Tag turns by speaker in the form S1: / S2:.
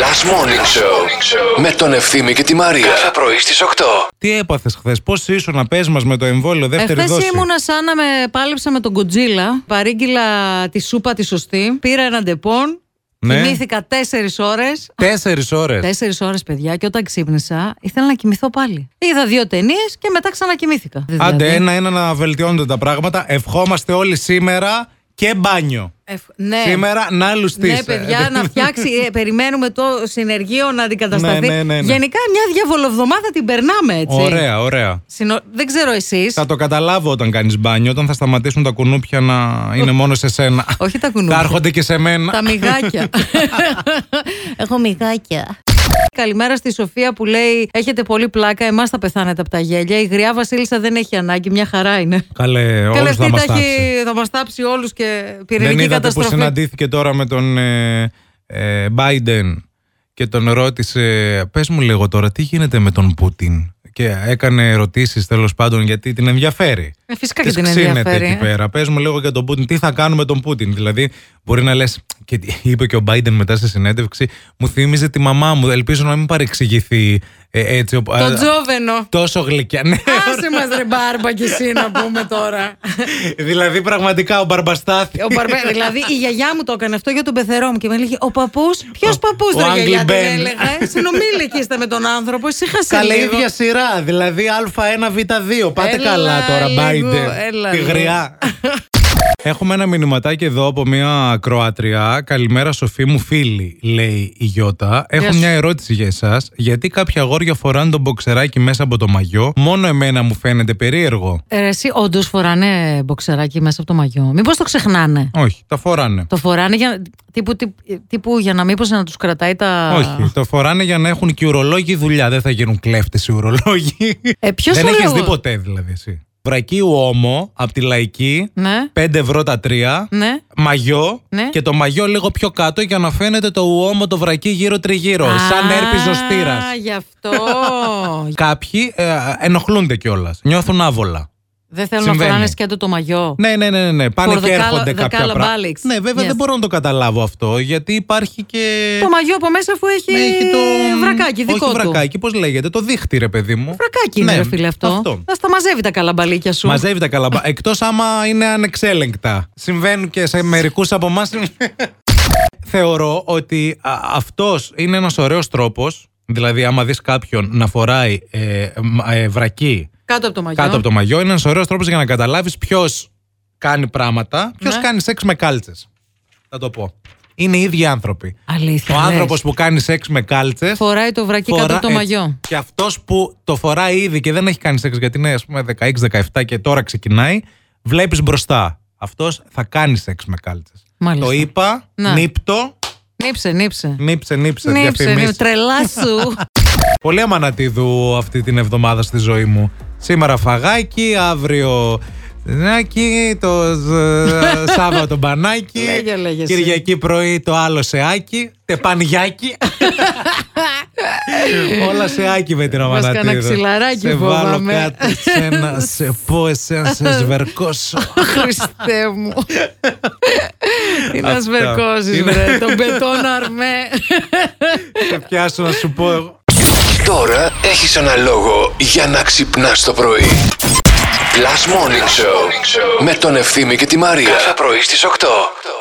S1: Last Morning Show με τον Ευθύμη και τη Μαρία. Κάθε πρωί στις 8.
S2: Τι έπαθες χθες, πώς ήσουν να πες μας με το εμβόλιο δεύτερη
S3: Εχθές
S2: δόση.
S3: ήμουνα σαν να με πάλεψα με τον Κοντζίλα. Παρήγγειλα τη σούπα τη σωστή. Πήρα έναν τεπών.
S2: Ναι.
S3: Κοιμήθηκα τέσσερις ώρες.
S2: Τέσσερις ώρες.
S3: Τέσσερις ώρες, παιδιά, και όταν ξύπνησα, ήθελα να κοιμηθώ πάλι. Είδα δύο ταινίες και μετά ξανακοιμήθηκα.
S2: Άντε,
S3: Δηλαδή,
S2: ένα-ένα να βελτιώνονται τα πράγματα. Ευχόμαστε όλοι σήμερα και μπάνιο.
S3: ευχ- ναι.
S2: Σήμερα να λουστείς. ε.
S3: Ναι, παιδιά, να φτιάξει. ε, περιμένουμε το συνεργείο να αντικατασταθεί.
S2: Ναι, ναι, ναι, ναι.
S3: Γενικά, μια διαβολοβδομάδα την περνάμε έτσι.
S2: Ωραία, ωραία.
S3: Συνο- Δεν ξέρω εσείς.
S2: Θα το καταλάβω όταν κάνεις μπάνιο, όταν θα σταματήσουν τα κουνούπια να είναι μόνο σε σένα.
S3: Όχι τα κουνούπια.
S2: Θα έρχονται και σε μένα.
S3: Τα μυγάκια. Έχω μυγάκια. Καλημέρα στη Σοφία που λέει: Έχετε πολύ πλάκα. Εμάς θα πεθάνετε από τα γέλια. Η γριά Βασίλισσα δεν έχει ανάγκη, μια χαρά είναι.
S2: Καλέ,
S3: Καλά,
S2: όλους θα
S3: αυτή
S2: μας
S3: τα
S2: τάψει.
S3: έχει, θα μας τάψει όλους και
S2: Δεν
S3: πυρηνική
S2: είδατε που
S3: καταστροφή.
S2: συναντήθηκε τώρα με τον ε, ε, Biden και τον ρώτησε, πες μου λίγο τώρα τι γίνεται με τον Πούτιν και έκανε ερωτήσεις τέλος πάντων γιατί την ενδιαφέρει.
S3: Ε, φυσικά και
S2: Της
S3: την
S2: ξύνεται
S3: ενδιαφέρει.
S2: εκεί
S3: ε.
S2: πέρα. Πες μου λίγο για τον Πούτιν, τι θα κάνουμε τον Πούτιν. Δηλαδή, μπορεί να λες, και είπε και ο Biden μετά στη συνέντευξη, μου θύμιζε τη μαμά μου. Ελπίζω να μην παρεξηγηθεί ε, έτσι. ο-
S3: Το
S2: α,
S3: τζόβενο.
S2: Τόσο γλυκιά. Ναι,
S3: Άσε μας ρε μπάρμπα κι εσύ να πούμε τώρα.
S2: δηλαδή, πραγματικά ο Μπαρμπαστάθη.
S3: Ο μπαρμπέ- δηλαδή η γιαγιά μου το έκανε αυτό για τον πεθερό μου και με έλεγε Ο παππούς, ποιος
S2: Ο- ο
S3: παππού δεν
S2: Άγγλι
S3: γιαγιά
S2: Μπεν.
S3: την έλεγα. ε. Συνομήλικη είστε με τον άνθρωπο, ησύχασε
S2: Καλή
S3: λίγο.
S2: ίδια σειρά, δηλαδή Α1, Β2. Πάτε
S3: Έλα
S2: καλά τώρα,
S3: λίγο,
S2: Biden.
S3: έλα
S2: Τη
S3: λίγο.
S2: γριά. Έχουμε ένα μηνυματάκι εδώ από μια Κροάτρια. Καλημέρα, Σοφή μου, φίλη, λέει η Γιώτα. Έχω
S3: σου.
S2: μια ερώτηση για εσάς. Γιατί κάποια αγόρια φοράνε τον μποξεράκι μέσα από το μαγιό, μόνο εμένα μου φαίνεται περίεργο.
S3: Ε, ρε, εσύ όντως φοράνε μποξεράκι μέσα από το μαγιό. Μήπως το ξεχνάνε.
S2: Όχι, τα φοράνε.
S3: Το φοράνε για, τύπου, τύπου, τύπου για να μήπως να τους κρατάει τα...
S2: Όχι, το φοράνε για να έχουν και οι ουρολόγοι δουλειά. Δεν θα γίνουν κλέφτες οι ουρολόγοι.
S3: Ε, ποιος
S2: Δεν έχει
S3: ουρολόγος?
S2: δει ποτέ δηλαδή εσύ. Βρακίου όμο από τη λαϊκή.
S3: Ναι,
S2: 5 ευρώ τα τρία.
S3: ναι.
S2: Μαγιό
S3: Ναι.
S2: και το μαγιό λίγο πιο κάτω για να φαίνεται το ουόμο το βρακί γύρω-τριγύρω. Ε, Σαν
S3: Α,
S2: έρπιζο στήρα.
S3: γι' αυτό.
S2: Κάποιοι ε, ενοχλούνται κιόλας. Νιώθουν άβολα.
S3: δεν θέλουν να
S2: Συμβαίνει.
S3: φοράνε σκέτο το μαγιό.
S2: Ναι, ναι, ναι, ναι, ναι. Πάνε
S3: For
S2: και
S3: the
S2: έρχονται
S3: color- the
S2: κάποια
S3: color
S2: πράγματα.
S3: balance.
S2: Ναι, βέβαια
S3: Yes.
S2: δεν μπορώ να το καταλάβω αυτό γιατί υπάρχει και.
S3: Το μαγιό από μέσα αφού έχει,
S2: Ναι, έχει το.
S3: βρακάκι δικό
S2: Όχι
S3: του.
S2: βρακάκι, πώς λέγεται. Το δίχτυ, ρε παιδί μου.
S3: Βρακάκι είναι
S2: Ναι,
S3: ρε φίλε αυτό.
S2: αυτό.
S3: Θα στα μαζεύει τα καλαμπαλίκια σου.
S2: Μαζεύει τα καλά. Εκτός άμα είναι ανεξέλεγκτα. Συμβαίνουν και σε μερικούς από εμάς. Θεωρώ ότι αυτός είναι ένας ωραίος τρόπος. Δηλαδή, άμα δεις κάποιον να φοράει ε, μ- ε, βρακί
S3: Κάτω από το μαγιό.
S2: κάτω από το μαγιό, είναι ένας ωραίος τρόπος για να καταλάβεις ποιος κάνει πράγματα, ποιος
S3: Ναι.
S2: κάνει σεξ με κάλτσες. Θα το πω. Είναι οι ίδιοι άνθρωποι.
S3: Αλήθεια.
S2: Ο
S3: λες.
S2: άνθρωπος που κάνει σεξ με κάλτσες.
S3: Φοράει το βρακί κάτω από το μαγιό.
S2: ε, Και αυτός που το φοράει ήδη και δεν έχει κάνει σεξ, γιατί είναι ας πούμε 16-17 και τώρα ξεκινάει, βλέπεις μπροστά. Αυτός θα κάνει σεξ με κάλτσες.
S3: Μάλιστα.
S2: Το είπα,
S3: Να.
S2: νύπτο,
S3: Νύψε, νύψε.
S2: νύψε, νύψε.
S3: Νύψε, νύψε.
S2: διαφημίσεις.
S3: Τρελά σου.
S2: Πολύ αμανατίδου αυτή την εβδομάδα στη ζωή μου. Σήμερα φαγάκι, αύριο νάκι, το ε, Σάββατο μπανάκι,
S3: Λέγε, λέγε εσύ.
S2: Κυριακή πρωί το άλλο σεάκι, τεπανιάκι. Όλα σεάκι με την
S3: Μας
S2: αμανατίδου.
S3: κάνα ξυλαράκι,
S2: σε βάλω
S3: φοβάμαι.
S2: κάτω, σένα, σε πω, εσένα, σε σβερκώσω.
S3: Χριστέ μου. Τι να
S2: Αυτά.
S3: σβερκώσεις,
S2: Είναι-
S3: βρε. Τον πετόν αρμέ.
S2: σε πιάσω να σου πω εγώ.
S1: Τώρα έχεις ένα λόγο για να ξυπνάς το πρωί. Last Morning Show με τον Ευθύμη και τη Μαρία. Κάθε πρωί στις 8.